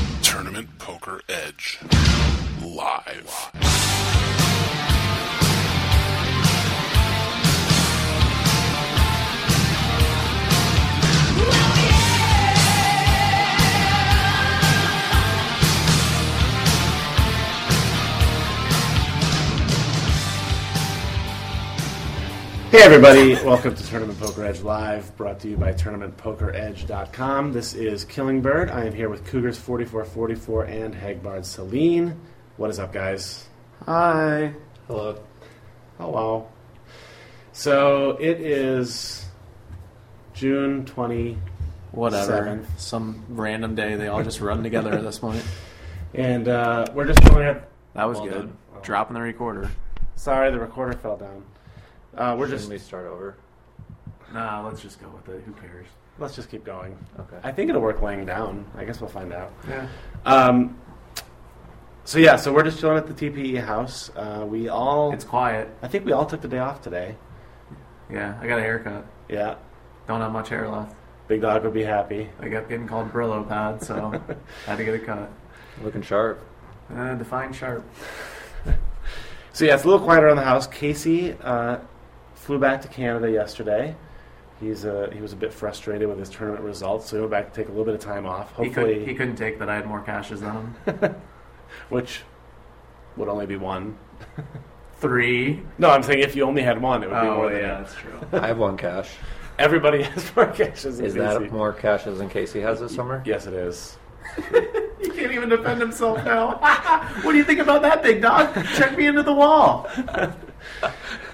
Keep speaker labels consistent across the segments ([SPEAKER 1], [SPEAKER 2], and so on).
[SPEAKER 1] Ultimate Poker Edge. Live.
[SPEAKER 2] Hey everybody, welcome to Tournament Poker Edge Live, brought to you by TournamentPokerEdge.com. This is Killingbird. I am here with Cougars 4444 and Hagbard Celine. What is up, guys?
[SPEAKER 3] Hi.
[SPEAKER 2] Hello. Hello. So it is June 20,
[SPEAKER 3] Whatever.
[SPEAKER 2] Seven.
[SPEAKER 3] Some random day they all just run together at this point.
[SPEAKER 2] and uh, we're just going to.
[SPEAKER 3] That was
[SPEAKER 4] Well
[SPEAKER 3] good.
[SPEAKER 4] done.
[SPEAKER 3] Dropping the recorder.
[SPEAKER 2] Sorry, the recorder fell down. Uh, we're
[SPEAKER 4] Shouldn't
[SPEAKER 2] just.
[SPEAKER 4] we start over?
[SPEAKER 3] Nah, let's just go with it. Who cares?
[SPEAKER 2] Let's just keep going.
[SPEAKER 4] Okay.
[SPEAKER 2] I think it'll work laying down. I guess we'll find out.
[SPEAKER 3] Yeah.
[SPEAKER 2] Um, so yeah, so we're just chilling at the TPE house. Uh, we all,
[SPEAKER 3] It's quiet.
[SPEAKER 2] I think we all took the day off today.
[SPEAKER 3] Yeah, I got a haircut.
[SPEAKER 2] Yeah,
[SPEAKER 3] Don't have much hair left.
[SPEAKER 2] Big Dog would be happy.
[SPEAKER 3] I kept getting called Brillo pad, so had to get it cut.
[SPEAKER 4] Looking sharp.
[SPEAKER 3] Uh, define sharp.
[SPEAKER 2] So yeah, it's a little quieter on the house. Casey uh, flew back to Canada yesterday. He's uh, he was a bit frustrated with his tournament results, so he went back to take a little bit of time off.
[SPEAKER 3] He, could,
[SPEAKER 2] Hopefully,
[SPEAKER 3] he couldn't take that I had more caches than him.
[SPEAKER 2] which would only be one.
[SPEAKER 3] Three.
[SPEAKER 2] No, I'm saying if you only had one, it would be
[SPEAKER 3] Oh,
[SPEAKER 2] more than
[SPEAKER 3] yeah,
[SPEAKER 2] that.
[SPEAKER 3] that's true.
[SPEAKER 4] I have one cash.
[SPEAKER 2] Everybody has more caches. than
[SPEAKER 4] Is that
[SPEAKER 2] Casey.
[SPEAKER 4] more caches than Casey has this summer?
[SPEAKER 2] Yes, it is.
[SPEAKER 3] He can't even defend himself now. what do you think about that, big dog? Check me into the wall.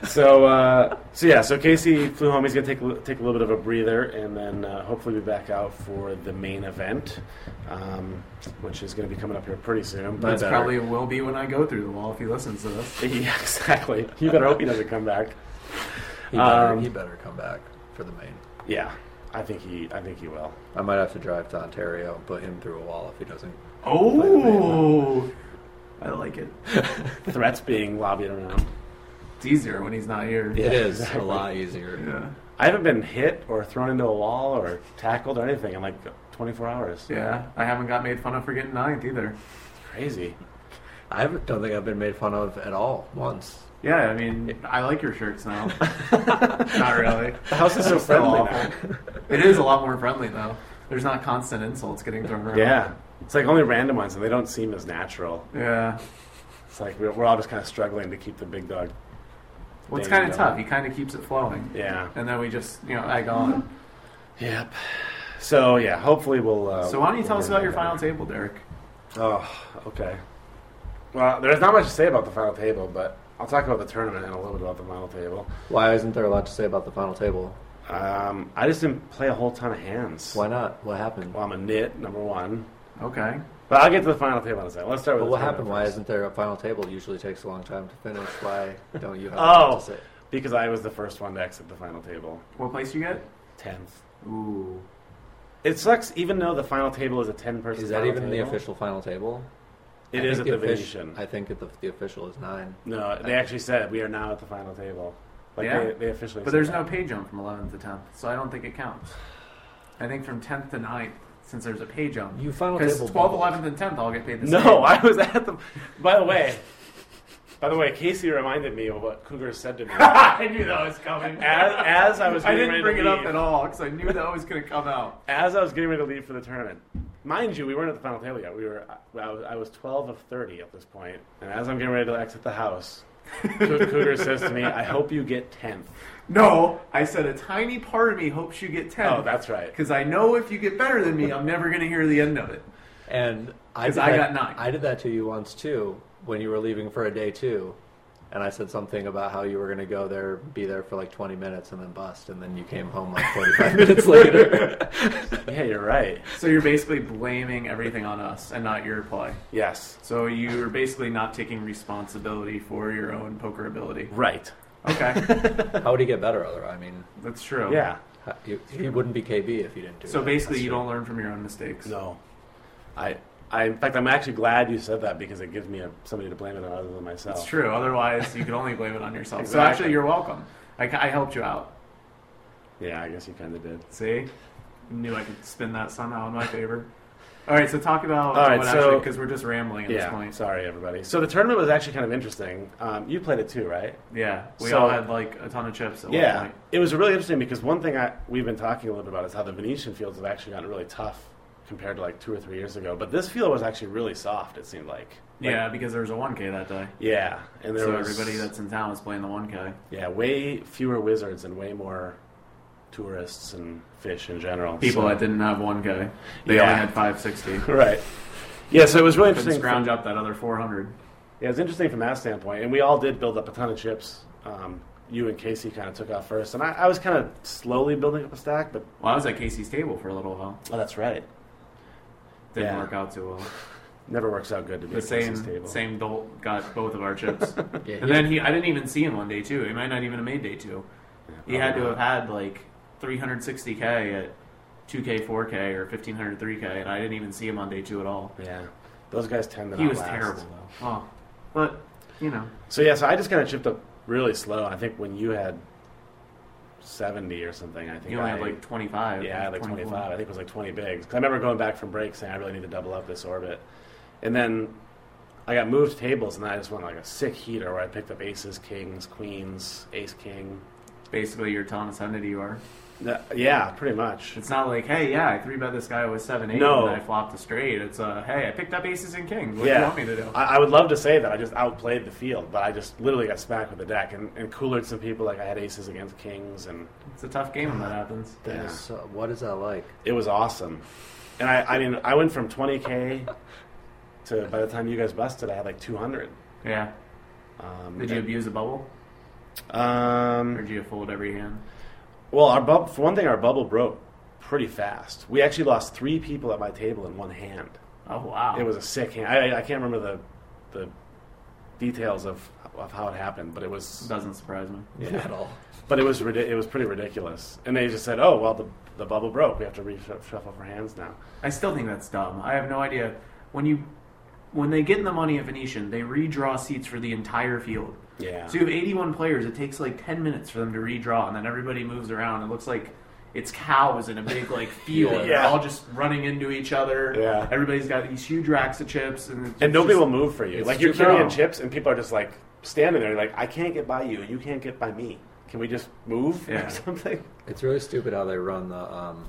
[SPEAKER 2] So, uh, so yeah, so Casey flew home. He's gonna take a li- take a little bit of a breather, and then uh, hopefully be back out for the main event, um, which is gonna be coming up here pretty soon. But
[SPEAKER 3] That's
[SPEAKER 2] uh,
[SPEAKER 3] probably will be when I go through the wall if he listens to this.
[SPEAKER 2] yeah, exactly. You better hope he doesn't come back.
[SPEAKER 4] He better,
[SPEAKER 2] Um,
[SPEAKER 4] he better come back for the main.
[SPEAKER 2] Yeah, I think he I think he will.
[SPEAKER 4] I might have to drive to Ontario and put him through a wall if he doesn't.
[SPEAKER 3] Oh, I like it.
[SPEAKER 2] Threats being lobbied around.
[SPEAKER 3] It's easier when he's not here.
[SPEAKER 4] it is a lot easier.
[SPEAKER 3] yeah,
[SPEAKER 2] I haven't been hit or thrown into a wall or tackled or anything in like 24 hours.
[SPEAKER 3] Yeah, I haven't got made fun of for getting ninth either.
[SPEAKER 2] Crazy.
[SPEAKER 4] I haven't- don't think I've been made fun of at all once.
[SPEAKER 3] Yeah, I mean, I like your shirts now. not really.
[SPEAKER 2] The house is so
[SPEAKER 3] Still
[SPEAKER 2] friendly. now.
[SPEAKER 3] awful. It is a lot more friendly though. There's not constant insults getting thrown around.
[SPEAKER 2] Yeah, it's like only random ones, and they don't seem as natural.
[SPEAKER 3] Yeah.
[SPEAKER 2] It's like we're, we're all just kind of struggling to keep the big dog.
[SPEAKER 3] Well, it's
[SPEAKER 2] There you
[SPEAKER 3] kind of
[SPEAKER 2] go.
[SPEAKER 3] tough. He kind of keeps it flowing.
[SPEAKER 2] Yeah.
[SPEAKER 3] And then we just, you know, egg on.
[SPEAKER 2] Yep. So yeah, hopefully we'll. Uh,
[SPEAKER 3] So why don't you
[SPEAKER 2] we'll
[SPEAKER 3] tell us
[SPEAKER 2] learn
[SPEAKER 3] about your final
[SPEAKER 2] about
[SPEAKER 3] table, Derek?
[SPEAKER 2] it. Oh, okay. Well, there's not much to say about the final table, but I'll talk about the tournament and a little bit about the final table.
[SPEAKER 4] Why isn't there a lot to say about the final table?
[SPEAKER 2] Um, I just didn't play a whole ton of hands.
[SPEAKER 4] Why not? What happened?
[SPEAKER 2] Well, I'm a nit number one,
[SPEAKER 3] Okay.
[SPEAKER 2] but I'll get to the final table in a second. Let's start with
[SPEAKER 4] But
[SPEAKER 2] the
[SPEAKER 4] what
[SPEAKER 2] tournament
[SPEAKER 4] happened? Why
[SPEAKER 2] first.
[SPEAKER 4] isn't there a final table? It usually takes a long time to finish. Why don't you have a lot
[SPEAKER 2] Oh,
[SPEAKER 4] to say?
[SPEAKER 2] because I was the first one to exit the final table.
[SPEAKER 3] What place you get?
[SPEAKER 2] Tenth.
[SPEAKER 3] Ooh.
[SPEAKER 2] It sucks, even though the final table is a ten-person.
[SPEAKER 4] Is that
[SPEAKER 2] final
[SPEAKER 4] even the
[SPEAKER 2] table.
[SPEAKER 4] official final table?
[SPEAKER 2] It
[SPEAKER 4] I
[SPEAKER 2] is at
[SPEAKER 4] think
[SPEAKER 2] the
[SPEAKER 4] offic-
[SPEAKER 2] Venetian.
[SPEAKER 4] I think it, the, the official is nine.
[SPEAKER 2] No, they actually said we are now at the final table. Like
[SPEAKER 3] Yeah.
[SPEAKER 2] they, they officially.
[SPEAKER 3] But
[SPEAKER 2] said
[SPEAKER 3] there's no
[SPEAKER 2] that.
[SPEAKER 3] pay jump from 11th to 10th, so I don't think it counts. I think from 10th to 9th, since there's a pay jump.
[SPEAKER 4] You final
[SPEAKER 3] Because
[SPEAKER 4] table.
[SPEAKER 3] 12th, 11th, and 10th all get paid the same.
[SPEAKER 2] No, I was at the. By the way, by the way, Casey reminded me of what Cougar said to me as,
[SPEAKER 3] I knew that was coming.
[SPEAKER 2] as I was.
[SPEAKER 3] I
[SPEAKER 2] Getting ready
[SPEAKER 3] didn't bring
[SPEAKER 2] to
[SPEAKER 3] it up
[SPEAKER 2] leave-
[SPEAKER 3] at all because I knew that was going to come out.
[SPEAKER 2] As I was getting ready to leave for the tournament, mind you, we weren't at the final table yet. We were. I I was, I was 12 of 30 at this point, and as I'm getting ready to exit the house, Cou- Cougar says to me, "I hope you get 10th."
[SPEAKER 3] No, I said a tiny part of me hopes you get 10.
[SPEAKER 2] Oh, that's right.
[SPEAKER 3] Because I know if you get better than me, I'm never going to hear the end of it.
[SPEAKER 4] And I,
[SPEAKER 3] 'Cause
[SPEAKER 4] did
[SPEAKER 3] I
[SPEAKER 4] that-
[SPEAKER 3] got nine.
[SPEAKER 4] I did that to you once too, when you were leaving for a day too, and I said something about how you were going to go there, be there for like 20 minutes, and then bust, and then you came home like 45 minutes later.
[SPEAKER 2] Yeah, you're right.
[SPEAKER 3] So you're basically blaming everything on us and not your play.
[SPEAKER 2] Yes,
[SPEAKER 3] So you're basically not taking responsibility for your own poker ability.
[SPEAKER 2] right.
[SPEAKER 3] Okay,
[SPEAKER 4] How would he get better? Other, I mean,
[SPEAKER 3] that's true.
[SPEAKER 2] Yeah.
[SPEAKER 4] how- you- he wouldn't be KB if you didn't do.
[SPEAKER 3] So
[SPEAKER 4] that.
[SPEAKER 3] basically, you don't learn from your own mistakes.
[SPEAKER 2] No, I, I. In fact, I'm actually glad you said that because it gives me a, somebody to blame it on other than myself.
[SPEAKER 3] It's true. Otherwise, you could only blame it on yourself. So
[SPEAKER 2] Exactly.
[SPEAKER 3] actually, you're welcome. I, I helped you out.
[SPEAKER 2] Yeah, I guess you kind of did.
[SPEAKER 3] See, knew I could spin that somehow in my favor. All right, so talk about
[SPEAKER 2] All right,
[SPEAKER 3] what
[SPEAKER 2] so-
[SPEAKER 3] because we're just rambling at this
[SPEAKER 2] Yeah,
[SPEAKER 3] point.
[SPEAKER 2] sorry everybody. So the tournament was actually kind of interesting. Um, you played it too, right?
[SPEAKER 3] yeah, we
[SPEAKER 2] So-
[SPEAKER 3] all had like a ton of chips. At
[SPEAKER 2] Yeah,
[SPEAKER 3] One point.
[SPEAKER 2] it was really interesting because one thing I, we've been talking a little bit about is how the Venetian fields have actually gotten really tough compared to like two or three years ago. But this field was actually really soft. It seemed like. Like,
[SPEAKER 3] yeah, because there was a 1K that day,
[SPEAKER 2] yeah, and there
[SPEAKER 3] so
[SPEAKER 2] was
[SPEAKER 3] everybody that's in town was playing the 1K.
[SPEAKER 2] yeah way fewer wizards and way more tourists and fish in general.
[SPEAKER 3] People
[SPEAKER 2] so-
[SPEAKER 3] that didn't have 1K, they
[SPEAKER 2] Yeah.
[SPEAKER 3] only had 560.
[SPEAKER 2] right. Yeah, so it was really
[SPEAKER 3] Couldn't
[SPEAKER 2] interesting.
[SPEAKER 3] scrounge up that other 400.
[SPEAKER 2] Yeah, it's interesting from that standpoint, and we all did build up a ton of chips. Um, you and Casey kind of took off first, and I, I was kind of slowly building up a stack, but
[SPEAKER 3] Well, I was at Casey's table for a little while.
[SPEAKER 2] oh, that's right.
[SPEAKER 3] Didn't
[SPEAKER 2] Yeah.
[SPEAKER 3] work out too well.
[SPEAKER 2] Never works out good to be
[SPEAKER 3] The
[SPEAKER 2] at Casey's
[SPEAKER 3] same
[SPEAKER 2] table.
[SPEAKER 3] same dolt got both of our chips,
[SPEAKER 4] Yeah,
[SPEAKER 3] and then he I didn't even see him on day two. He might not even have made day two. He had
[SPEAKER 2] Oh,
[SPEAKER 3] to have had like 360k at 2k, 4k, or 1503k, and I didn't even see him on day two at all.
[SPEAKER 2] Yeah, those guys tend to.
[SPEAKER 3] He
[SPEAKER 2] not
[SPEAKER 3] was
[SPEAKER 2] last.
[SPEAKER 3] terrible though. Oh, but you know,
[SPEAKER 2] So yeah, so I just kind of chipped up really slow. I think when you had seventy or something, I think
[SPEAKER 3] he only
[SPEAKER 2] I,
[SPEAKER 3] had like 25.
[SPEAKER 2] yeah, I had like
[SPEAKER 3] 24.
[SPEAKER 2] 25. I think it was like 20 bigs. 'Cause I remember going back from break saying I really need to double up this orbit. And then I got moved tables and I just went like a sick heater where I picked up aces, kings, queens, ace, king.
[SPEAKER 3] Basically, you're telling us how nitty you are.
[SPEAKER 2] Th- Yeah, pretty much.
[SPEAKER 3] It's not like, hey, yeah, I three bet this guy with seven eight,
[SPEAKER 2] No.
[SPEAKER 3] and I flopped a straight. It's uh, hey, I picked up aces and kings. What do
[SPEAKER 2] yeah.
[SPEAKER 3] you want me to do?
[SPEAKER 2] I, I would love to say that I just outplayed the field, but I just literally got smacked with the deck and, and coolered some people. Like I had aces against kings and
[SPEAKER 3] It's a tough game when that happens.
[SPEAKER 4] That
[SPEAKER 2] Yeah.
[SPEAKER 4] is so, what is that like?
[SPEAKER 2] it was awesome. And I, I mean, I went from 20K to by the time you guys busted, I had like 200.
[SPEAKER 3] Yeah.
[SPEAKER 2] Um,
[SPEAKER 3] Did you
[SPEAKER 2] and-
[SPEAKER 3] abuse the bubble,
[SPEAKER 2] Um,
[SPEAKER 3] or did you fold every hand?
[SPEAKER 2] Well, our bub- for one thing, our bubble broke pretty fast. We actually lost three people at my table in one hand.
[SPEAKER 3] Oh wow!
[SPEAKER 2] It was a sick hand. I, I- I can't remember the the details of of how it happened, but it was
[SPEAKER 3] doesn't surprise me.
[SPEAKER 4] At all?
[SPEAKER 2] but it was ridi- it was pretty ridiculous. And they just said, "Oh, well, the the bubble broke. We have to reshuffle our hands now."
[SPEAKER 3] I still think that's dumb. I have no idea when you when they get in the money at Venetian, they redraw seats for the entire field.
[SPEAKER 2] Yeah.
[SPEAKER 3] So you have 81 players. It takes like 10 minutes for them to redraw, and then everybody moves around. It looks like it's cows in a big like field. and They're
[SPEAKER 2] Yeah.
[SPEAKER 3] all just running into each other.
[SPEAKER 2] Yeah.
[SPEAKER 3] Everybody's got these huge racks of chips, and it's
[SPEAKER 2] And nobody
[SPEAKER 3] just-
[SPEAKER 2] will move for you.
[SPEAKER 3] it's
[SPEAKER 2] Like you're
[SPEAKER 3] too-
[SPEAKER 2] carrying
[SPEAKER 3] no.
[SPEAKER 2] chips, and people are just like standing there, like, "I can't get by you. You can't get by me. Can we just move
[SPEAKER 3] Yeah.
[SPEAKER 2] or something?"
[SPEAKER 4] It's really stupid how they run the um,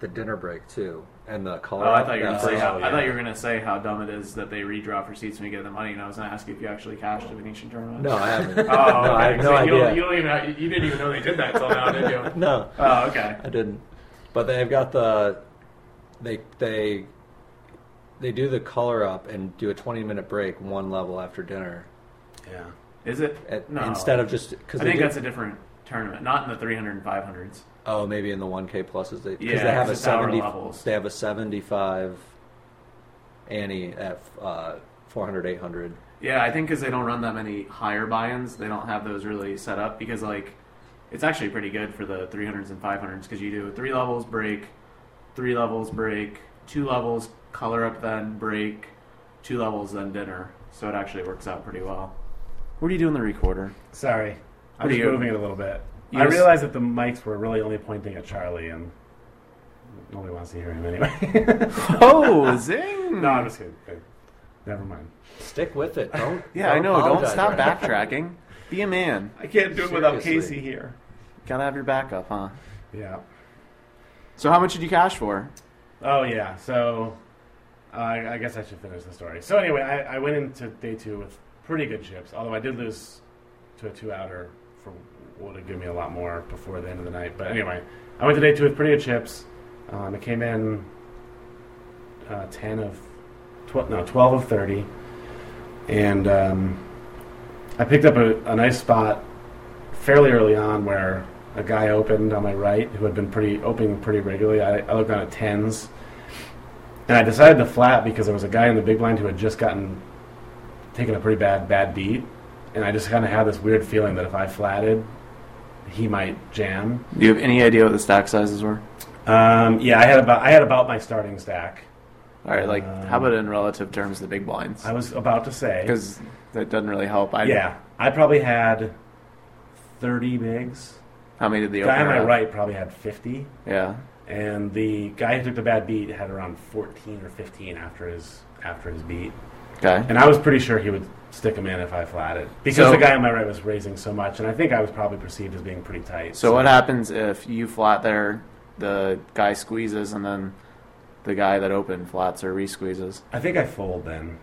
[SPEAKER 4] the dinner break too, and the call.
[SPEAKER 3] Oh, I thought you were gonna
[SPEAKER 2] Yeah.
[SPEAKER 3] say
[SPEAKER 2] Oh,
[SPEAKER 3] how,
[SPEAKER 2] yeah.
[SPEAKER 3] I thought you were gonna say how dumb it is that they redraw for seats when you get the money, and I was gonna ask you if you actually cashed the Venetian tournament.
[SPEAKER 4] No, I haven't.
[SPEAKER 3] Oh, okay.
[SPEAKER 4] no, I have no
[SPEAKER 3] So you
[SPEAKER 4] idea.
[SPEAKER 3] don't- You, don't even know, you didn't even know they did that until now, did you?
[SPEAKER 4] No,
[SPEAKER 3] Oh, okay.
[SPEAKER 4] I didn't. But they've got the they they they do the color up and do a twenty minute break one level after dinner
[SPEAKER 2] Yeah.
[SPEAKER 3] Is it?
[SPEAKER 4] at,
[SPEAKER 3] no.
[SPEAKER 4] Uh, instead of just
[SPEAKER 3] I
[SPEAKER 4] because
[SPEAKER 3] think that's a different tournament, not in the 300 and 500s.
[SPEAKER 4] oh maybe in the one k pluses they because
[SPEAKER 3] Yeah,
[SPEAKER 4] they have
[SPEAKER 3] 'cause
[SPEAKER 4] a
[SPEAKER 3] it's hour
[SPEAKER 4] seventy
[SPEAKER 3] levels.
[SPEAKER 4] they have a seventy five Annie at uh, 400, 800.
[SPEAKER 3] Yeah, I think because they don't run that many higher buy-ins, they don't have those really set up because like it's actually pretty good for the 300s and 500s because you do three levels break, three levels break, two levels color up then break, two levels then dinner. So it actually works out pretty well. What are you doing the recorder?
[SPEAKER 2] Sorry. I'm
[SPEAKER 3] What do
[SPEAKER 2] just
[SPEAKER 3] you-
[SPEAKER 2] moving it a little bit.
[SPEAKER 3] You
[SPEAKER 2] I
[SPEAKER 3] just-
[SPEAKER 2] realized that the mics were really only pointing at Charlie, and nobody wants to hear him anyway.
[SPEAKER 3] Oh, zing!
[SPEAKER 2] no, I'm just kidding. Okay. Never mind.
[SPEAKER 4] Stick with it. Don't.
[SPEAKER 3] Yeah, I
[SPEAKER 4] don't
[SPEAKER 3] know. Don't
[SPEAKER 4] apologize
[SPEAKER 3] stop
[SPEAKER 4] right now.
[SPEAKER 3] backtracking. Be a man.
[SPEAKER 2] I can't do
[SPEAKER 4] it without Seriously. Casey
[SPEAKER 2] here.
[SPEAKER 3] Gotta have your backup, huh?
[SPEAKER 2] Yeah.
[SPEAKER 3] So how much did you cash for?
[SPEAKER 2] Oh, yeah. So uh, I I guess I should finish the story. So, anyway, I, I went into day two with pretty good chips, although I did lose to a two outer for what would have given me a lot more before the end of the night. But anyway, I went to day two with pretty good chips. Um, it came in uh, 10 of 12, no, 12 of 30. And um, I picked up a, a nice spot fairly early on where a guy opened on my right who had been pretty opening pretty regularly. I, I looked on at tens. And I decided to flat because there was a guy in the big blind who had just gotten taken a pretty bad bad beat. And I just kind of had this weird feeling that if I flatted, he might jam.
[SPEAKER 3] Do you have any idea what the stack sizes were?
[SPEAKER 2] Um, yeah, I had about I had about my starting stack.
[SPEAKER 3] All right, like
[SPEAKER 2] Um,
[SPEAKER 3] how about in relative terms, the big blinds?
[SPEAKER 2] I was about to say
[SPEAKER 3] Because that doesn't really help. I,
[SPEAKER 2] Yeah, I probably had 30 bigs.
[SPEAKER 3] How many did the
[SPEAKER 2] Guy on
[SPEAKER 3] opener
[SPEAKER 2] my
[SPEAKER 3] have?
[SPEAKER 2] right probably had 50.
[SPEAKER 3] Yeah.
[SPEAKER 2] and the guy who took the bad beat had around 14 or 15 after his after his beat.
[SPEAKER 3] Okay.
[SPEAKER 2] And I was pretty sure he would stick him in if I flatted because
[SPEAKER 3] So-
[SPEAKER 2] the guy on my right was raising so much, and I think I was probably perceived as being pretty tight.
[SPEAKER 3] So what happens if you flat there, the guy squeezes, and then the guy that opened flats or re-squeezes?
[SPEAKER 2] I think I fold then.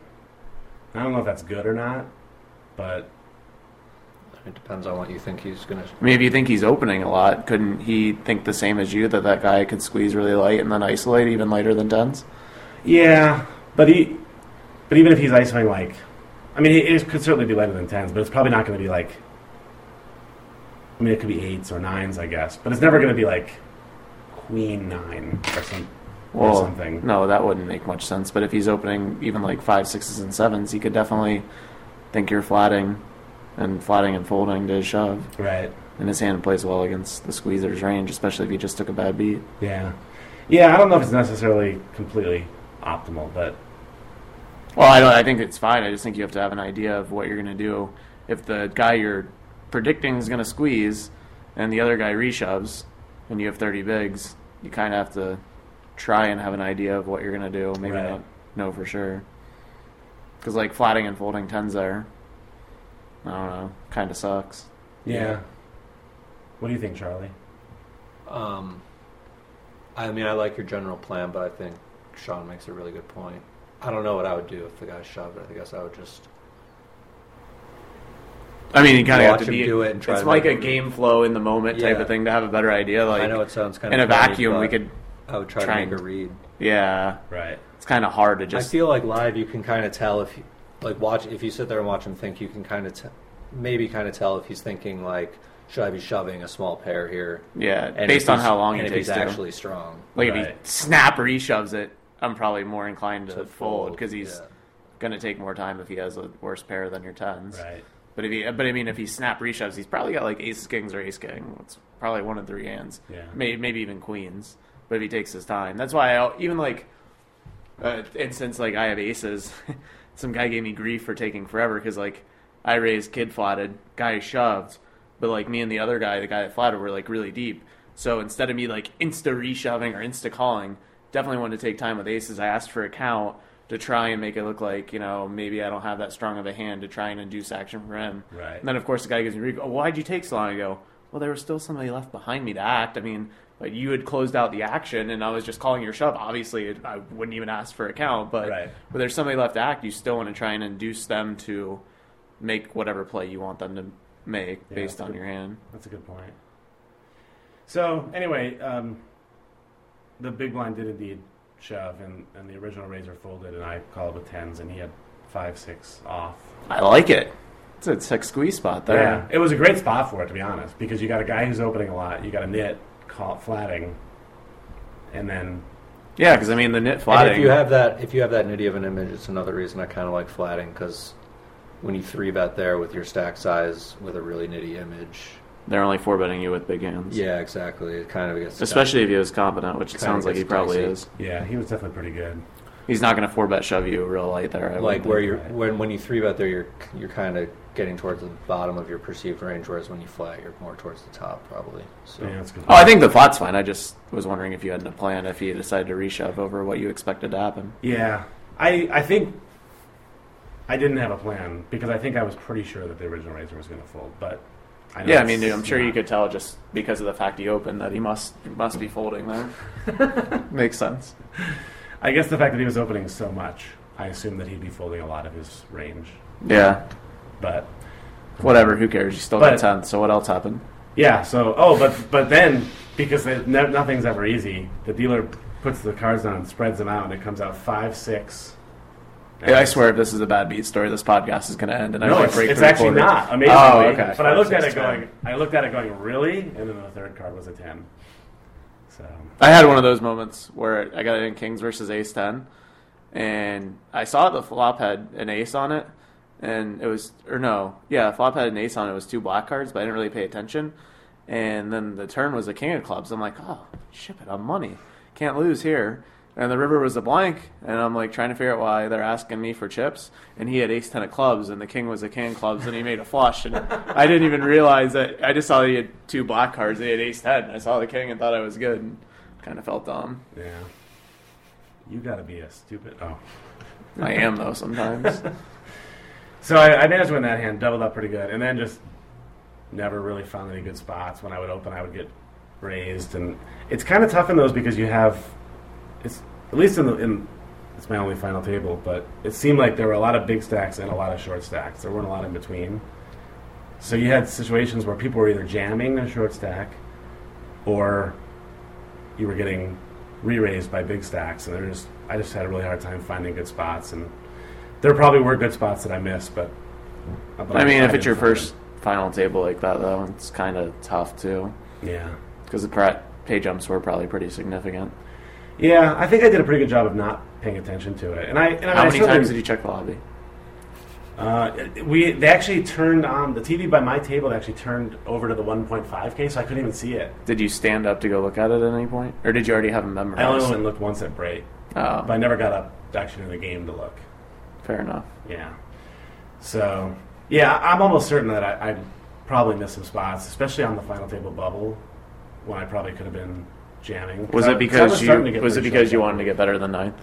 [SPEAKER 2] I don't know if that's good or not, but
[SPEAKER 4] It depends on what you think he's gonna.
[SPEAKER 3] I mean, if you think he's opening a lot, couldn't he think the same as you that that guy could squeeze really light and then isolate even later than tens?
[SPEAKER 2] yeah. But he, but even if he's isoing like, I mean, it, it could certainly be lighter than tens, but it's probably not going to be like. I mean, it could be eights or nines, I guess, but it's never going to be like queen nine or something.
[SPEAKER 3] Well,
[SPEAKER 2] something.
[SPEAKER 3] no, that wouldn't make much sense. But if he's opening even like five, sixes, and sevens, he could definitely think you're flatting and flatting and folding to his shove.
[SPEAKER 2] Right.
[SPEAKER 3] And his hand plays well against the squeezer's range, especially if he just took a bad beat.
[SPEAKER 2] Yeah. Yeah, I don't know if it's necessarily completely optimal, but
[SPEAKER 3] Well, I, don't, I think it's fine. I just think you have to have an idea of what you're going to do. If the guy you're predicting is going to squeeze and the other guy reshoves and you have 30 bigs, you kind of have to try and have an idea of what you're going to do. Maybe
[SPEAKER 2] Right.
[SPEAKER 3] not know for sure. Because, like, flatting and folding 10s there, I don't know, kind of sucks.
[SPEAKER 2] yeah. What do you think, Charlie?
[SPEAKER 4] Um, I mean, I like your general plan, but I think Sean makes a really good point. I don't know what I would do if the guy shoved. I guess I would just
[SPEAKER 3] I mean, you kind of
[SPEAKER 4] Watch
[SPEAKER 3] have to
[SPEAKER 4] him
[SPEAKER 3] be.
[SPEAKER 4] do it and try
[SPEAKER 3] it's
[SPEAKER 4] to
[SPEAKER 3] like a
[SPEAKER 4] make it-
[SPEAKER 3] game flow in the moment type
[SPEAKER 4] Yeah.
[SPEAKER 3] of thing to have a better idea. Like,
[SPEAKER 4] I know it sounds kind
[SPEAKER 3] in
[SPEAKER 4] of
[SPEAKER 3] a vacuum, we could.
[SPEAKER 4] I would try,
[SPEAKER 3] try
[SPEAKER 4] to make
[SPEAKER 3] and-
[SPEAKER 4] a read.
[SPEAKER 3] Yeah.
[SPEAKER 2] Right.
[SPEAKER 3] It's kind of hard to just.
[SPEAKER 4] I feel like live, you can kind of tell if, you, like, watch if you sit there and watch him think, you can kind of t- maybe kind of tell if he's thinking like, should I be shoving a small pair here?
[SPEAKER 3] Yeah,
[SPEAKER 4] And
[SPEAKER 3] based
[SPEAKER 4] if
[SPEAKER 3] on
[SPEAKER 4] he's-
[SPEAKER 3] how long
[SPEAKER 4] and
[SPEAKER 3] it
[SPEAKER 4] if
[SPEAKER 3] takes
[SPEAKER 4] he's
[SPEAKER 3] to.
[SPEAKER 4] actually strong.
[SPEAKER 3] like if he
[SPEAKER 2] Right.
[SPEAKER 3] snap or he shoves it, I'm probably more inclined to,
[SPEAKER 4] to
[SPEAKER 3] fold because he's
[SPEAKER 4] yeah.
[SPEAKER 3] going to take more time if he has a worse pair than your tens.
[SPEAKER 2] Right.
[SPEAKER 3] But if he, but I mean, if he snap reshoves, he's probably got like ace kings or ace king. It's probably one of three hands.
[SPEAKER 2] Yeah.
[SPEAKER 3] Maybe maybe even queens. But if he takes his time, that's why I even like. Uh, and since like I have aces, some guy gave me grief for taking forever because like I raised, kid flatted, guy shoved, but like me and the other guy, the guy that flatted, were like really deep. So instead of me like insta reshoving or insta calling, definitely wanted to take time with aces. I asked for a count to try and make it look like you know maybe I don't have that strong of a hand to try and induce action for him.
[SPEAKER 2] Right.
[SPEAKER 3] And then of course the guy gives me grief. Oh, why'd you take so long ago? Well, there was still somebody left behind me to act. I mean, but you had closed out the action, and I was just calling your shove. Obviously, it- I wouldn't even ask for a count, but
[SPEAKER 2] Right.
[SPEAKER 3] but there's somebody left to act. You still want to try and induce them to make whatever play you want them to make
[SPEAKER 2] Yeah.
[SPEAKER 3] based on your hand.
[SPEAKER 2] That's a good point. So anyway, um, the big blind did indeed shove, and, and the original razor folded, and I called with tens, and he had five six off.
[SPEAKER 3] I like it. It's a six squeeze spot there.
[SPEAKER 2] Yeah, it was a great spot for it to be honest, because you got a guy who's opening a lot, you got a nit call flatting, and then
[SPEAKER 3] Yeah, because I mean the knit
[SPEAKER 4] And
[SPEAKER 3] flatting.
[SPEAKER 4] if you have that, if you have that nitty of an image, it's another reason I kind of like flatting because when you three bet there with your stack size with a really nitty image,
[SPEAKER 3] they're only four betting you with big hands.
[SPEAKER 4] yeah, exactly. It kind of gets
[SPEAKER 3] Especially if he was competent, which it
[SPEAKER 4] Kinda
[SPEAKER 3] sounds like he
[SPEAKER 4] gets
[SPEAKER 3] probably
[SPEAKER 4] dicey.
[SPEAKER 3] is.
[SPEAKER 2] yeah, he was definitely pretty good.
[SPEAKER 3] He's not going to four bet shove you real light there. I
[SPEAKER 4] like
[SPEAKER 3] wouldn't
[SPEAKER 4] where
[SPEAKER 3] think.
[SPEAKER 4] you're
[SPEAKER 2] right.
[SPEAKER 4] when when you three bet there, you're you're kind of getting towards the bottom of your perceived range, whereas when you flat, you're more towards the top probably. So
[SPEAKER 2] Yeah, that's a good.
[SPEAKER 3] Oh, I think the flat's fine. I just was wondering if you had a plan if he decided to reshove over what you expected to happen.
[SPEAKER 2] Yeah, I I think I didn't have a plan because I think I was pretty sure that the original razor was going to fold, but I know
[SPEAKER 3] yeah, I mean,
[SPEAKER 2] it's
[SPEAKER 3] I'm sure you
[SPEAKER 2] not.
[SPEAKER 3] could tell just because of the fact he opened that he must must be folding there. Makes sense.
[SPEAKER 2] I guess the fact that he was opening so much, I assumed that he'd be folding a lot of his range.
[SPEAKER 3] Yeah,
[SPEAKER 2] But
[SPEAKER 3] whatever. Who cares? You still
[SPEAKER 2] But-
[SPEAKER 3] got ten. So what else happened?
[SPEAKER 2] yeah, so oh, but but then because they, no, nothing's ever easy, the dealer puts the cards down and spreads them out, and it comes out five six.
[SPEAKER 3] Yeah, I swear, if this is a bad beat story, this podcast is going to end. And
[SPEAKER 2] No,
[SPEAKER 3] I
[SPEAKER 2] it's,
[SPEAKER 3] break
[SPEAKER 2] it's
[SPEAKER 3] three
[SPEAKER 2] actually
[SPEAKER 3] quarters.
[SPEAKER 2] not. Amazingly,
[SPEAKER 3] Oh, okay.
[SPEAKER 2] but I looked at
[SPEAKER 3] Five,
[SPEAKER 2] it
[SPEAKER 3] six,
[SPEAKER 2] going.
[SPEAKER 3] ten.
[SPEAKER 2] I looked at it going, really? And then the third card was a ten. So
[SPEAKER 3] I had one of those moments where I got it in Kings versus Ace Ten, and I saw the flop had an ace on it, and it was or no, yeah, flop had an ace on it. It was two black cards, but I didn't really pay attention. And then the turn was a King of Clubs. I'm like, oh, ship it on money, can't lose here. And the river was a blank, and I'm like trying to figure out why they're asking me for chips. And he had ace ten of clubs, and the king was a king of clubs, and he made a flush. And I didn't even realize that. I just saw he had two black cards, and he had ace ten. I saw the king and thought I was good. Kind of felt dumb.
[SPEAKER 2] Yeah. You gotta be a stupid. Oh.
[SPEAKER 3] I am though sometimes.
[SPEAKER 2] So I, I managed to win that hand, doubled up pretty good, and then just never really found any good spots. When I would open, I would get raised, and it's kind of tough in those because you have, it's at least in the in, it's my only final table, but it seemed like there were a lot of big stacks and a lot of short stacks. There weren't a lot in between. So you had situations where people were either jamming a short stack, or you were getting re-raised by big stacks, and there's I just had a really hard time finding good spots, and there probably were good spots that I missed, but. but
[SPEAKER 3] I mean, if
[SPEAKER 2] didn't
[SPEAKER 3] it's your
[SPEAKER 2] find them.
[SPEAKER 3] first final table like that though, it's kind of tough too
[SPEAKER 2] Yeah.
[SPEAKER 3] because the pra- pay jumps were probably pretty significant.
[SPEAKER 2] Yeah, I think I did a pretty good job of not paying attention to it. And I and
[SPEAKER 3] How
[SPEAKER 2] I
[SPEAKER 3] many
[SPEAKER 2] certainly-
[SPEAKER 3] times did you check the lobby?
[SPEAKER 2] Uh, we they actually turned on the TV by my table. They actually turned over to the 1.5K, so I couldn't even see it.
[SPEAKER 3] Did you stand up to go look at it at any point, or did you already have a
[SPEAKER 2] I only went
[SPEAKER 3] memorized?
[SPEAKER 2] and looked once at break,
[SPEAKER 3] Oh,
[SPEAKER 2] but I never got up actually in the game to look.
[SPEAKER 3] fair enough.
[SPEAKER 2] Yeah. So yeah, I- I'm almost certain that I, I probably missed some spots, especially on the final table bubble, when I probably could have been jamming.
[SPEAKER 3] Was
[SPEAKER 2] I-
[SPEAKER 3] it
[SPEAKER 2] I
[SPEAKER 3] because
[SPEAKER 2] starting to
[SPEAKER 3] you
[SPEAKER 2] get
[SPEAKER 3] was it
[SPEAKER 2] pretty
[SPEAKER 3] because
[SPEAKER 2] short
[SPEAKER 3] you
[SPEAKER 2] on
[SPEAKER 3] wanted to get better than ninth?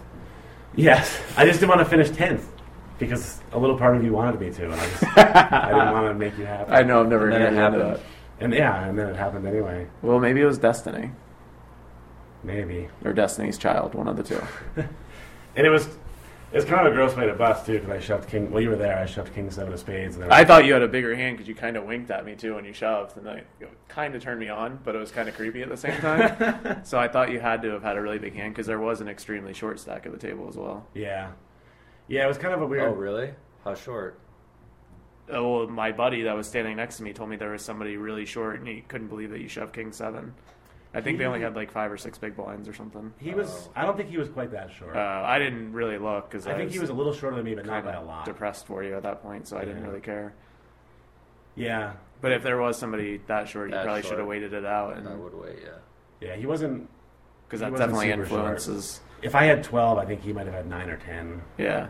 [SPEAKER 2] Yes, I just didn't want to finish tenth because a little part of you wanted me to, and I, just, I didn't want to make you happy.
[SPEAKER 3] I know I've never
[SPEAKER 4] And then it
[SPEAKER 3] heard of
[SPEAKER 4] happened.
[SPEAKER 3] that.
[SPEAKER 2] And yeah, and then it happened anyway.
[SPEAKER 3] Well, maybe it was Destiny
[SPEAKER 2] Maybe.
[SPEAKER 3] or Destiny's Child, one of the two.
[SPEAKER 2] And it was, it was kind of a gross way to bust too, because I shoved king. Well, you were there. I shoved king seven of spades, and then
[SPEAKER 3] I thought you had a bigger hand because you kind of winked at me too when you shoved, and that kind of turned me on, but it was kind of creepy at the same time. so I thought you had to have had a really big hand because there was an extremely short stack at the table as well.
[SPEAKER 2] yeah, yeah. It was kind of a weird.
[SPEAKER 4] Oh, really? How short?
[SPEAKER 3] Oh, well, my buddy that was standing next to me told me there was somebody really short, and he couldn't believe that you shoved King Seven. I think they only had like five or six big blinds or something.
[SPEAKER 2] He was. I don't think he was quite that short.
[SPEAKER 3] Uh, I didn't really look because
[SPEAKER 2] I think he was a little shorter than me, but not
[SPEAKER 3] kind
[SPEAKER 2] by a
[SPEAKER 3] of
[SPEAKER 2] lot.
[SPEAKER 3] depressed for you at that point, so I didn't
[SPEAKER 2] Yeah.
[SPEAKER 3] really care.
[SPEAKER 2] Yeah,
[SPEAKER 3] But if there was somebody that short, you
[SPEAKER 4] That
[SPEAKER 3] probably
[SPEAKER 4] short.
[SPEAKER 3] should have waited it out,
[SPEAKER 4] I
[SPEAKER 2] Mm-hmm.
[SPEAKER 3] and
[SPEAKER 4] would wait, yeah.
[SPEAKER 2] yeah. He wasn't.
[SPEAKER 3] because
[SPEAKER 2] He
[SPEAKER 3] that
[SPEAKER 2] wasn't
[SPEAKER 3] definitely
[SPEAKER 2] super short.
[SPEAKER 3] influences.
[SPEAKER 2] If I had twelve, I think he might have had nine or ten.
[SPEAKER 3] Yeah,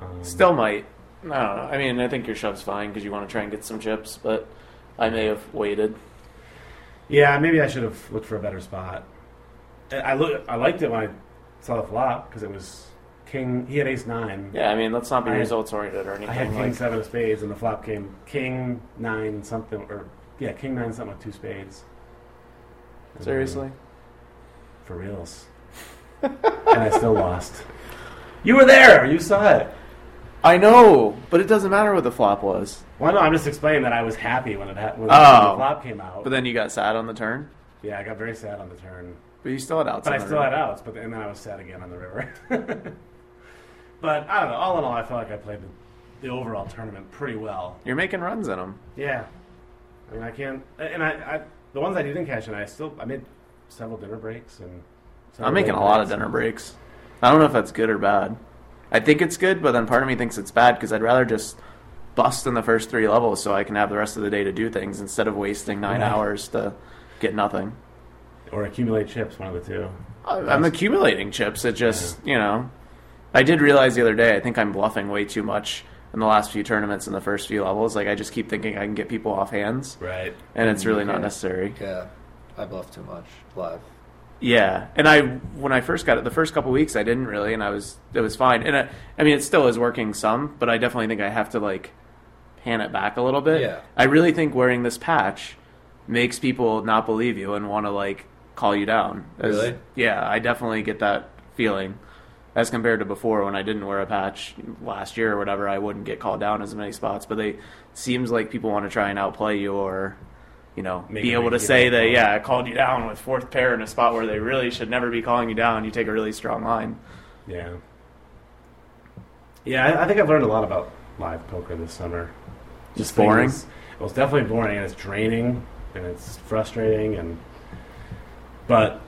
[SPEAKER 2] Um,
[SPEAKER 3] still might. I don't know. I mean, I think your shove's fine because you want to try and get some chips, but I may have waited.
[SPEAKER 2] Yeah, maybe I should have looked for a better spot. I- I look. I liked it when I saw the flop because it was king. He had ace nine.
[SPEAKER 3] Yeah, I mean, let's not be
[SPEAKER 2] I had-
[SPEAKER 3] results oriented or anything.
[SPEAKER 2] I had king
[SPEAKER 3] like,
[SPEAKER 2] seven of spades, and the flop came king nine something or yeah, king nine something with two spades. And, uh,
[SPEAKER 3] seriously.
[SPEAKER 2] for reals. and I still lost. You were there. You saw it.
[SPEAKER 3] I know, but it doesn't matter what the flop was.
[SPEAKER 2] Well, no, I'm just explaining that I was happy when it ha- when
[SPEAKER 3] Oh.
[SPEAKER 2] the flop came out.
[SPEAKER 3] But then you got sad on the turn.
[SPEAKER 2] yeah, I got very sad on the turn.
[SPEAKER 3] But you still had outs.
[SPEAKER 2] But
[SPEAKER 3] on
[SPEAKER 2] I
[SPEAKER 3] the
[SPEAKER 2] still
[SPEAKER 3] river.
[SPEAKER 2] had outs, but and then I was sad again on the river. but I don't know. All in all, I felt like I played the, the overall tournament pretty well.
[SPEAKER 3] You're making runs in them.
[SPEAKER 2] Yeah, I mean, I can't. And I, I the ones I didn't cash in, I still I made several dinner breaks and. several
[SPEAKER 3] I'm making
[SPEAKER 2] late
[SPEAKER 3] a lot of
[SPEAKER 2] nights.
[SPEAKER 3] dinner breaks. I don't know if that's good or bad. I think it's good, but then part of me thinks it's bad because I'd rather just bust in the first three levels so I can have the rest of the day to do things instead of wasting nine
[SPEAKER 2] Right.
[SPEAKER 3] hours to get nothing.
[SPEAKER 2] or accumulate chips, one of the two.
[SPEAKER 3] I- I'm accumulating chips. It just, you know, I did realize the other day. I think I'm bluffing way too much in the last few tournaments in the first few levels. Like I just keep thinking I can get people off hands,
[SPEAKER 2] Right.
[SPEAKER 3] and it's really not
[SPEAKER 4] Yeah.
[SPEAKER 3] necessary.
[SPEAKER 4] Yeah. I bluff too much live.
[SPEAKER 3] Yeah, and I when I first got it, the first couple weeks I didn't really, and I was it was fine. And I, I mean, it still is working some, but I definitely think I have to like pan it back a little bit.
[SPEAKER 4] Yeah.
[SPEAKER 3] I really think wearing this patch makes people not believe you and want to like call you down. As-
[SPEAKER 4] Really?
[SPEAKER 3] Yeah, I definitely get that feeling as compared to before when I didn't wear a patch last year or whatever. I wouldn't get called down as many spots, but they seems like people want to try and outplay you or you know
[SPEAKER 2] Make
[SPEAKER 3] be
[SPEAKER 2] it
[SPEAKER 3] able
[SPEAKER 2] make
[SPEAKER 3] to
[SPEAKER 2] you
[SPEAKER 3] say
[SPEAKER 2] look
[SPEAKER 3] that
[SPEAKER 2] bad.
[SPEAKER 3] yeah I called you down with fourth pair in a spot where they really should never be calling you down you take a really strong line
[SPEAKER 2] Yeah. Yeah, I, I think I've learned a lot about live poker this summer.
[SPEAKER 3] Just boring?
[SPEAKER 2] things- It was definitely boring, and it's draining, and it's frustrating, and but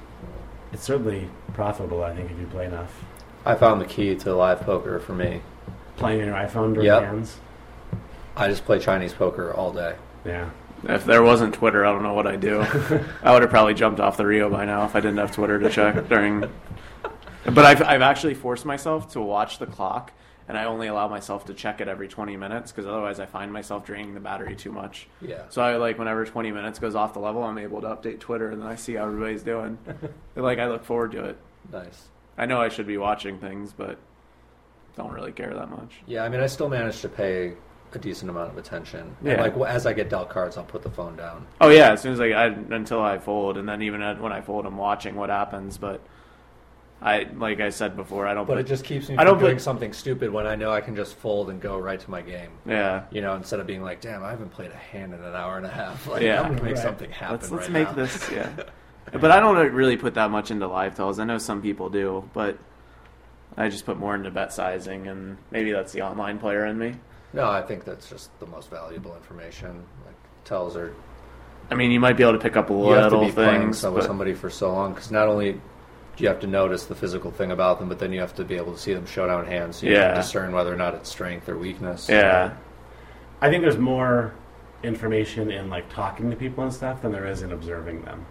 [SPEAKER 2] it's certainly profitable. I think if you play enough,
[SPEAKER 4] I found the key to live poker for me.
[SPEAKER 2] playing on your iPhone during
[SPEAKER 4] Yep.
[SPEAKER 2] hands.
[SPEAKER 4] I just play Chinese poker all day.
[SPEAKER 2] Yeah.
[SPEAKER 3] if there wasn't Twitter I don't know what I'd do I would have probably jumped off the Rio by now if I didn't have Twitter to check during But I've, I've actually forced myself to watch the clock, and I only allow myself to check it every 20 minutes because otherwise I find myself draining the battery too much.
[SPEAKER 4] Yeah.
[SPEAKER 3] So I like whenever 20 minutes goes off the level, I'm able to update Twitter, and then I see how everybody's doing. like I look forward to it.
[SPEAKER 4] Nice.
[SPEAKER 3] I know I should be watching things, but don't really care that much.
[SPEAKER 4] Yeah, I mean, I still manage to pay a decent amount of attention. Yeah.
[SPEAKER 3] Yeah.
[SPEAKER 4] like wh- as I get dealt cards, I'll put the phone down.
[SPEAKER 3] Oh yeah, as soon as I, I until I fold, and then even at- when I fold, I'm watching what happens. But I, like I said before, I don't.
[SPEAKER 4] But
[SPEAKER 3] put-
[SPEAKER 4] it just keeps me
[SPEAKER 3] I
[SPEAKER 4] from
[SPEAKER 3] don't
[SPEAKER 4] doing
[SPEAKER 3] put-
[SPEAKER 4] something stupid when I know I can just fold and go right to my game.
[SPEAKER 3] yeah.
[SPEAKER 4] You know, instead of being like, "Damn, I haven't played a hand in an hour and a half." Like,
[SPEAKER 3] Yeah.
[SPEAKER 4] I'm gonna make
[SPEAKER 2] Right.
[SPEAKER 4] something happen.
[SPEAKER 3] Let's let's
[SPEAKER 4] right
[SPEAKER 3] make
[SPEAKER 4] now.
[SPEAKER 3] this yeah. but I don't really put that much into live tells. I know some people do, but I just put more into bet sizing, and maybe that's the online player in me.
[SPEAKER 4] No, I think that's just the most valuable information. Like tells are
[SPEAKER 3] I mean, you might be able to pick up a
[SPEAKER 4] you have to
[SPEAKER 3] little
[SPEAKER 4] be playing
[SPEAKER 3] things,
[SPEAKER 4] some, with
[SPEAKER 3] but
[SPEAKER 4] somebody for so long because not only do you have to notice the physical thing about them, but then you have to be able to see them show down hands, so you
[SPEAKER 3] Yeah.
[SPEAKER 4] can discern whether or not it's strength or weakness.
[SPEAKER 3] yeah,
[SPEAKER 2] I think there's more information in like talking to people and stuff than there is in observing them.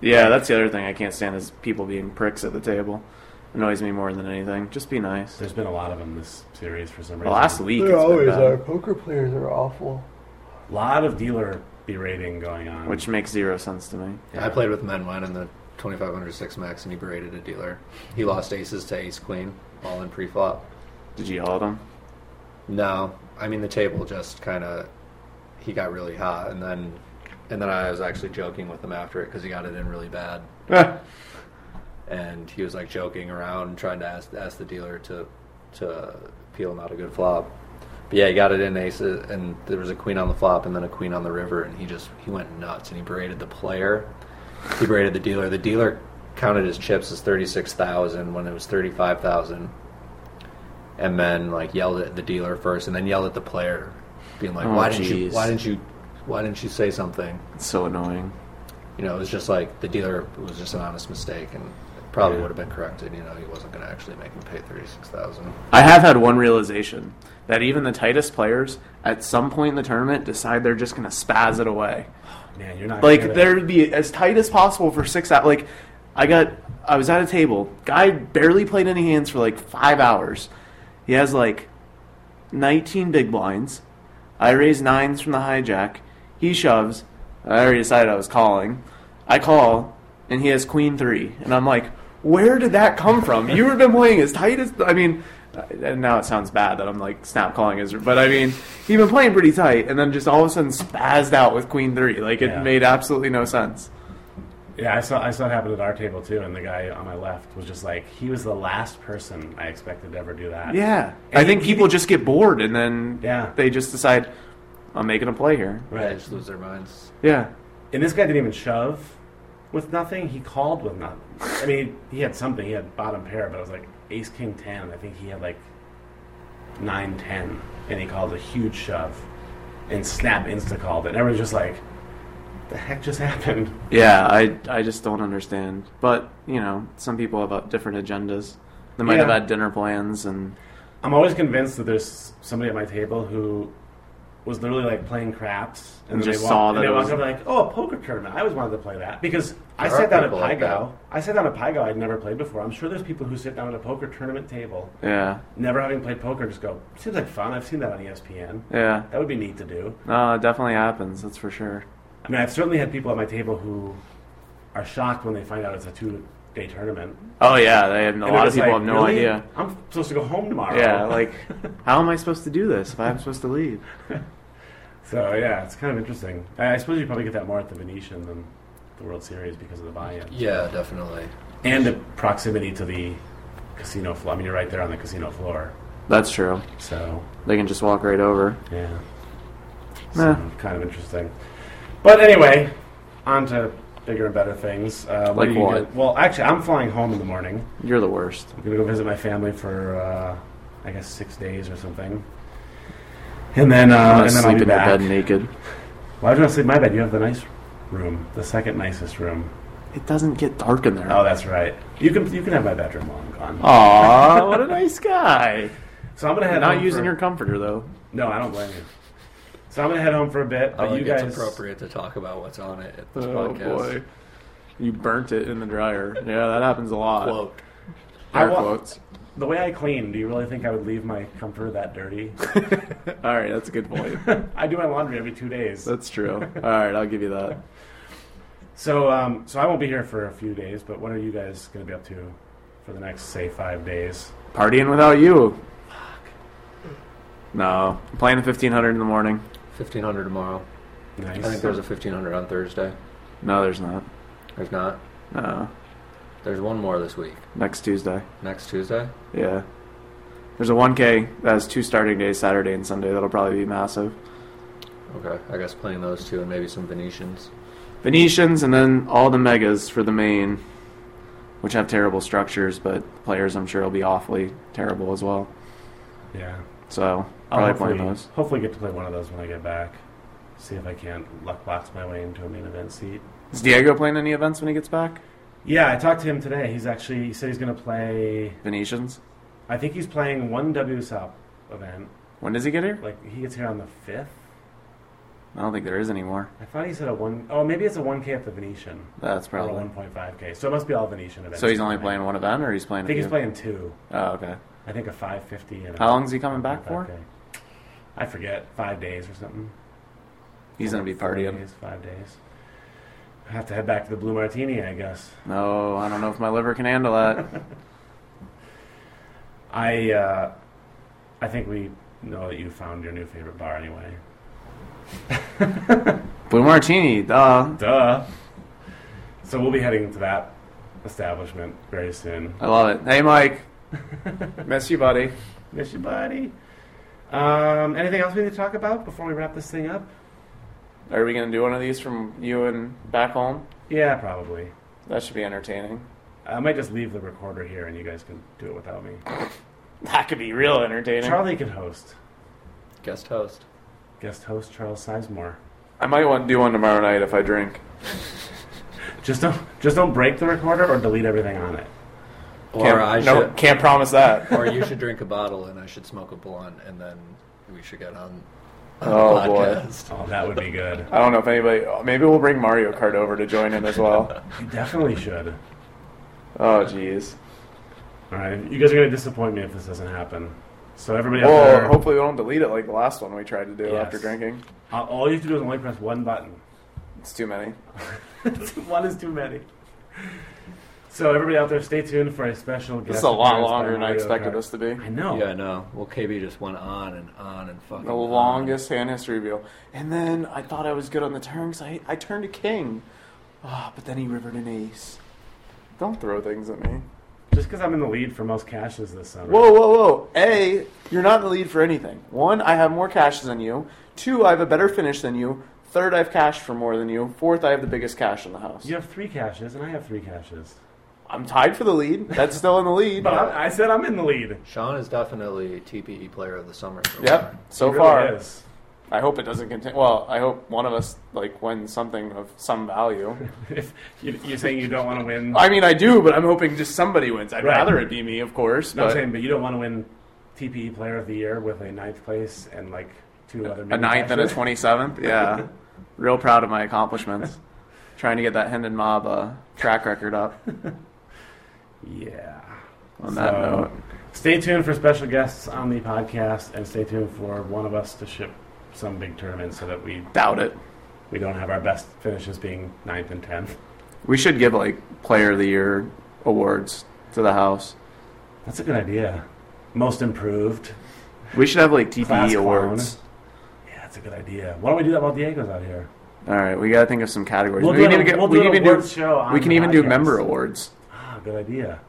[SPEAKER 3] yeah. That's the other thing I can't stand is people being pricks at the table. Annoys me more than anything. Just be nice.
[SPEAKER 2] There's been a lot of them this series for some
[SPEAKER 3] The
[SPEAKER 2] reason.
[SPEAKER 3] last week, it's been bad,
[SPEAKER 4] uh, poker players are awful.
[SPEAKER 2] a lot of dealer berating going on.
[SPEAKER 3] which makes zero sense to me.
[SPEAKER 4] I played with Menwine in the 2500 six max, and he berated a dealer. He lost aces to ace queen, all in pre-flop.
[SPEAKER 3] Did you yell at them?
[SPEAKER 4] No, I mean the table just kind of he got really hot, and then and then I was actually joking with him after it because he got it in really bad,
[SPEAKER 2] Eh.
[SPEAKER 4] and he was like joking around trying to ask ask the dealer to to peel him out a good flop. But yeah, he got it in aces, and there was a queen on the flop, and then a queen on the river, and he just he went nuts, and he berated the player, he berated the dealer. The dealer counted his chips as thirty six thousand when it was thirty five thousand and then like yelled at the dealer first, and then yelled at the player, being like,
[SPEAKER 3] Oh,
[SPEAKER 4] "Why didn't you?
[SPEAKER 3] jeez.
[SPEAKER 4] Why didn't you? Why didn't you say something?"
[SPEAKER 3] It's so annoying.
[SPEAKER 4] You know, it was just like the dealer it was just an honest mistake, and it probably
[SPEAKER 2] Yeah.
[SPEAKER 4] would have been corrected. You know, he wasn't going to actually make him pay thirty six thousand.
[SPEAKER 3] I have had one realization that even the tightest players at some point in the tournament decide they're just going to spaz it away.
[SPEAKER 2] man, you're not
[SPEAKER 3] Like
[SPEAKER 2] gonna-
[SPEAKER 3] there'd be as tight as possible for six out. Like I got, I was at a table. Guy barely played any hands for like five hours. He has like 19 big blinds. I raise nines from the hijack. He shoves. I already decided I was calling. I call, and he has queen three, and I'm like, where did that come from? You have been playing as tight as I mean. And now it sounds bad that I'm like snap calling his, but I mean, he'd been playing pretty tight, and then just all of a sudden spazzed out with queen three. Like it
[SPEAKER 2] Yeah.
[SPEAKER 3] made absolutely no sense.
[SPEAKER 2] Yeah, I saw I saw it happen at our table too, and the guy on my left was just like, he was the last person I expected to ever do that.
[SPEAKER 3] Yeah,
[SPEAKER 2] And
[SPEAKER 3] I
[SPEAKER 2] he-
[SPEAKER 3] think
[SPEAKER 2] he
[SPEAKER 3] people just get bored, and then
[SPEAKER 2] Yeah.
[SPEAKER 3] they just decide I'm making a play here.
[SPEAKER 4] They
[SPEAKER 2] right.
[SPEAKER 4] just lose their minds.
[SPEAKER 3] Yeah,
[SPEAKER 2] And this guy didn't even shove with nothing. He called with nothing. I mean, he had something. He had bottom pair, but it was like ace king ten. and I think he had like nine ten, and he called a huge shove and snap insta called it. And everyone's just like, "The heck just happened?"
[SPEAKER 3] Yeah, I I just don't understand. But you know, some people have uh, different agendas. They might have
[SPEAKER 2] Yeah.
[SPEAKER 3] had dinner plans, and
[SPEAKER 2] I'm always convinced that there's somebody at my table who was literally like playing craps
[SPEAKER 3] And
[SPEAKER 2] then
[SPEAKER 3] just
[SPEAKER 2] they
[SPEAKER 3] saw
[SPEAKER 2] walk,
[SPEAKER 3] that
[SPEAKER 2] and
[SPEAKER 3] it
[SPEAKER 2] they walk
[SPEAKER 3] was-
[SPEAKER 2] up like, oh, a poker tournament. I always wanted to play that because I
[SPEAKER 4] There are
[SPEAKER 2] sat down at
[SPEAKER 4] people like
[SPEAKER 2] Pygo. I sat down at Pygo. I'd never played before. I'm sure there's people who sit down at a poker tournament table,
[SPEAKER 3] yeah,
[SPEAKER 2] never having played poker, and just go, seems like fun. I've seen that on E ESPN.
[SPEAKER 3] yeah,
[SPEAKER 2] That would be neat to do.
[SPEAKER 3] no, it definitely happens. That's for sure.
[SPEAKER 2] I mean, I've certainly had people at my table who are shocked when they find out it's a two-day tournament.
[SPEAKER 3] Oh yeah, they have, a
[SPEAKER 2] And
[SPEAKER 3] lot
[SPEAKER 2] they're
[SPEAKER 3] of
[SPEAKER 2] just
[SPEAKER 3] people
[SPEAKER 2] like,
[SPEAKER 3] have no
[SPEAKER 2] "Really?
[SPEAKER 3] idea.
[SPEAKER 2] I'm supposed to go home tomorrow.
[SPEAKER 3] Yeah, like how am I supposed to do this if I'm supposed to leave?
[SPEAKER 2] So yeah, it's kind of interesting. I, I suppose you probably get that more at the Venetian than the World Series because of the buy-in
[SPEAKER 4] Yeah, definitely.
[SPEAKER 2] and the proximity to the casino floor. I mean, you're right there on the casino floor,
[SPEAKER 3] That's true.
[SPEAKER 2] so
[SPEAKER 3] They can just walk right over.
[SPEAKER 2] yeah, so,
[SPEAKER 3] Nah.
[SPEAKER 2] kind of interesting. But anyway, on to bigger and better things. Uh,
[SPEAKER 3] Like
[SPEAKER 2] are you
[SPEAKER 3] what?
[SPEAKER 2] gonna- well, actually, I'm flying home in the morning.
[SPEAKER 3] You're the worst.
[SPEAKER 2] I'm gonna go visit my family for uh, I guess six days or something, and then
[SPEAKER 3] I'm
[SPEAKER 2] uh,
[SPEAKER 3] gonna
[SPEAKER 2] and then I'll
[SPEAKER 3] sleep
[SPEAKER 2] be
[SPEAKER 3] in
[SPEAKER 2] back.
[SPEAKER 3] your bed naked.
[SPEAKER 2] Why would you want to sleep in my bed? You have the nice room, the second nicest room.
[SPEAKER 3] It doesn't get dark in there.
[SPEAKER 2] Oh, that's right. You can you can have my bedroom while I'm gone.
[SPEAKER 3] Oh. Aw, what a nice guy.
[SPEAKER 2] So I'm gonna head
[SPEAKER 3] Not
[SPEAKER 2] home
[SPEAKER 3] using
[SPEAKER 2] for-
[SPEAKER 3] your comforter though.
[SPEAKER 2] No, I don't blame you. So I'm gonna head home for a bit. But
[SPEAKER 4] I don't
[SPEAKER 2] you
[SPEAKER 4] think
[SPEAKER 2] guys,
[SPEAKER 4] Oh, it's appropriate to talk about what's on it at this
[SPEAKER 3] Oh
[SPEAKER 4] podcast. Uh,
[SPEAKER 3] boy, you burnt it in the dryer. Yeah, that happens a lot.
[SPEAKER 4] Quote.
[SPEAKER 2] I
[SPEAKER 3] Air
[SPEAKER 2] wa-
[SPEAKER 3] quotes.
[SPEAKER 2] The way I clean, do you really think I would leave my comforter that dirty?
[SPEAKER 3] All right, that's a good point.
[SPEAKER 2] I do my laundry every two days.
[SPEAKER 3] That's true. All right, I'll give you that.
[SPEAKER 2] So, um, so I won't be here for a few days, but what are you guys going to be up to for the next, say, five days?
[SPEAKER 3] Partying without you. No, I'm playing the 1500 in the morning.
[SPEAKER 4] Fifteen hundred tomorrow.
[SPEAKER 2] Nice.
[SPEAKER 4] I think there's a fifteen hundred on Thursday.
[SPEAKER 3] No, there's not.
[SPEAKER 4] There's not.
[SPEAKER 3] No,
[SPEAKER 4] There's one more this week.
[SPEAKER 3] next Tuesday.
[SPEAKER 4] Next Tuesday.
[SPEAKER 3] Yeah. There's a 1K that has two starting days, Saturday and Sunday. That'll probably be massive.
[SPEAKER 4] Okay. I guess playing those two and maybe some Venetians.
[SPEAKER 3] Venetians and then all the megas for the main, which have terrible structures, but players I'm sure will be awfully terrible as well.
[SPEAKER 2] yeah.
[SPEAKER 4] Oh,
[SPEAKER 3] So
[SPEAKER 2] I'll
[SPEAKER 3] probably
[SPEAKER 2] hopefully,
[SPEAKER 3] playing those.
[SPEAKER 2] hopefully get to play one of those when I get back. See if I can't luckbox my way into a main event seat.
[SPEAKER 3] Is Diego playing any events when he gets back?
[SPEAKER 2] Yeah, I talked to him today. He's actually he said he's going to play.
[SPEAKER 3] Venetians.
[SPEAKER 2] I think he's playing one WSOP event.
[SPEAKER 3] When does he get here?
[SPEAKER 2] Like he gets here on the fifth.
[SPEAKER 3] I don't think there is anymore.
[SPEAKER 2] I thought he said a one oh maybe it's a one K at the Venetian.
[SPEAKER 3] That's
[SPEAKER 2] Or a
[SPEAKER 3] probably.
[SPEAKER 2] one point five K. So it must be all Venetian events.
[SPEAKER 3] So he's only playing one event, or he's playing.
[SPEAKER 2] I
[SPEAKER 3] a
[SPEAKER 2] think he's
[SPEAKER 3] few?
[SPEAKER 2] playing two.
[SPEAKER 3] Oh, okay.
[SPEAKER 2] I think a five fifty and a-
[SPEAKER 3] How long is he coming back for?
[SPEAKER 2] 1.5K. I forget, five days or something.
[SPEAKER 3] He's gonna be
[SPEAKER 2] Four
[SPEAKER 3] partying.
[SPEAKER 2] Days, five days. I have to head back to the Blue Martini, I guess.
[SPEAKER 3] No, I don't know if my liver can handle that.
[SPEAKER 2] I uh, I think we know that you found your new favorite bar anyway.
[SPEAKER 3] Blue Martini, duh.
[SPEAKER 2] Duh. So we'll be heading to that establishment very soon.
[SPEAKER 3] I love it. Hey, Mike. Miss you, buddy.
[SPEAKER 2] Miss you, buddy. Um, anything else we need to talk about before we wrap this thing up?
[SPEAKER 3] Are we gonna do one of these from you and back home?
[SPEAKER 2] Yeah, probably.
[SPEAKER 3] That should be entertaining.
[SPEAKER 2] I might just leave the recorder here, and you guys can do it without me.
[SPEAKER 3] That could be real entertaining.
[SPEAKER 2] Charlie can host.
[SPEAKER 4] Guest host.
[SPEAKER 2] Guest host Charles Sizemore.
[SPEAKER 3] I might want to do one tomorrow night if I drink.
[SPEAKER 2] Just don't, just don't break the recorder or delete everything on it.
[SPEAKER 4] Or
[SPEAKER 3] Can't-
[SPEAKER 4] I
[SPEAKER 3] no,
[SPEAKER 4] should.
[SPEAKER 3] can't promise that.
[SPEAKER 4] or you should drink a bottle and I should smoke a blunt and then we should get on. on the
[SPEAKER 3] Oh, boy.
[SPEAKER 4] podcast.
[SPEAKER 2] Oh, that would be good.
[SPEAKER 3] I don't know if anybody. Maybe we'll bring Mario Kart over to join in as well.
[SPEAKER 2] You definitely should.
[SPEAKER 3] Oh, jeez.
[SPEAKER 2] All right, you guys are gonna disappoint me if this doesn't happen. So everybody out
[SPEAKER 3] Well,
[SPEAKER 2] there,
[SPEAKER 3] hopefully we don't delete it like the last one we tried to do
[SPEAKER 2] Yes.
[SPEAKER 3] after drinking.
[SPEAKER 2] uh, all you have to do is only press one button.
[SPEAKER 3] It's too many.
[SPEAKER 2] one is too many. So everybody out there, stay tuned for a special guest.
[SPEAKER 3] This is a lot
[SPEAKER 2] appearance by
[SPEAKER 3] longer than I
[SPEAKER 2] Mario
[SPEAKER 3] expected
[SPEAKER 2] Kart.
[SPEAKER 3] this to be.
[SPEAKER 2] I know.
[SPEAKER 4] Yeah, I know. Well, KB just went on and on and fucking.
[SPEAKER 3] The
[SPEAKER 4] on.
[SPEAKER 3] longest hand history reveal. And then I thought I was good on the turn because I, I turned a king. Ah, but then he rivered an ace. Don't throw things at me.
[SPEAKER 2] Just because I'm in the lead for most caches this summer.
[SPEAKER 3] Whoa, whoa, whoa. A, you're not in the lead for anything. One, I have more caches than you. Two, I have a better finish than you. Third, I've cashed for more than you. Fourth, I have the biggest cash in the house.
[SPEAKER 2] You have three caches, and I have three caches.
[SPEAKER 3] I'm tied for the lead. That's still in the lead.
[SPEAKER 2] But I, I said I'm in the lead.
[SPEAKER 4] Sean is definitely TPE E player of the summer. so
[SPEAKER 3] Yep. So
[SPEAKER 2] It really
[SPEAKER 3] far,
[SPEAKER 2] is.
[SPEAKER 3] I hope it doesn't continue. Well, I hope one of us like wins something of some value.
[SPEAKER 2] If you, you're saying you don't want to win.
[SPEAKER 3] I mean, I do, but I'm hoping just somebody wins. I'd
[SPEAKER 2] Right.
[SPEAKER 3] rather it be me, of course.
[SPEAKER 2] No, I'm
[SPEAKER 3] But
[SPEAKER 2] saying, but you don't want to win TPE Player of the Year with a ninth place and like two other
[SPEAKER 3] a ninth and a
[SPEAKER 2] manufacturers.
[SPEAKER 3] twenty seventh. Yeah, real proud of my accomplishments. Trying to get that Hendon Mob uh, track record up.
[SPEAKER 2] Yeah.
[SPEAKER 3] On that
[SPEAKER 2] So,
[SPEAKER 3] note,
[SPEAKER 2] stay tuned for special guests on the podcast, and stay tuned for one of us to ship some big tournament so that we
[SPEAKER 3] doubt it.
[SPEAKER 2] we don't have our best finishes being ninth and tenth.
[SPEAKER 3] We should give like Player of the Year awards to the house.
[SPEAKER 2] That's a good idea. Most improved.
[SPEAKER 3] We should have like
[SPEAKER 2] Class
[SPEAKER 3] TPE
[SPEAKER 2] clown. eh?
[SPEAKER 3] awards.
[SPEAKER 2] Yeah, that's a good idea. Why don't we do that while Diego's out here?
[SPEAKER 3] All right, we gotta think of some categories.
[SPEAKER 2] We'll
[SPEAKER 3] we
[SPEAKER 2] do
[SPEAKER 3] can
[SPEAKER 2] an-
[SPEAKER 3] even, get,
[SPEAKER 2] we'll
[SPEAKER 3] we
[SPEAKER 2] do
[SPEAKER 3] can
[SPEAKER 2] an
[SPEAKER 3] even do
[SPEAKER 2] awards show. On
[SPEAKER 3] we can
[SPEAKER 2] the
[SPEAKER 3] even do
[SPEAKER 2] podcast.
[SPEAKER 3] member awards.
[SPEAKER 2] Ah, good idea.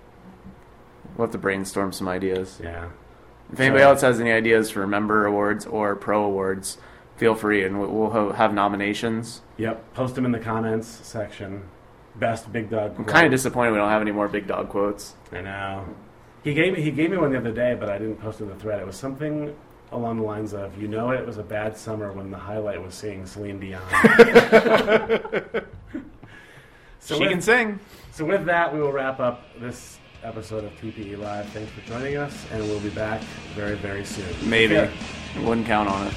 [SPEAKER 3] We'll have to brainstorm some ideas.
[SPEAKER 2] Yeah.
[SPEAKER 3] If anybody
[SPEAKER 2] So-
[SPEAKER 3] else has any ideas for member awards or pro awards, feel free, and we'll- we'll ho- have nominations.
[SPEAKER 2] Yep. Post them in the comments section. Best big dog.
[SPEAKER 3] I'm
[SPEAKER 2] quote.
[SPEAKER 3] kind of disappointed we don't have any more big dog quotes.
[SPEAKER 2] I know. He gave me he gave me one the other day, but I didn't post it in the thread. It was something along the lines of, "You know, it was a bad summer when the highlight was seeing Celine Dion." so,
[SPEAKER 3] she
[SPEAKER 2] with,
[SPEAKER 3] can sing.
[SPEAKER 2] so with that, we will wrap up this episode of TPE Live. Thanks for joining us, and we'll be back very very soon.
[SPEAKER 3] Maybe.
[SPEAKER 2] Yeah.
[SPEAKER 3] Wouldn't count on it.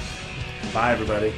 [SPEAKER 2] Bye, everybody.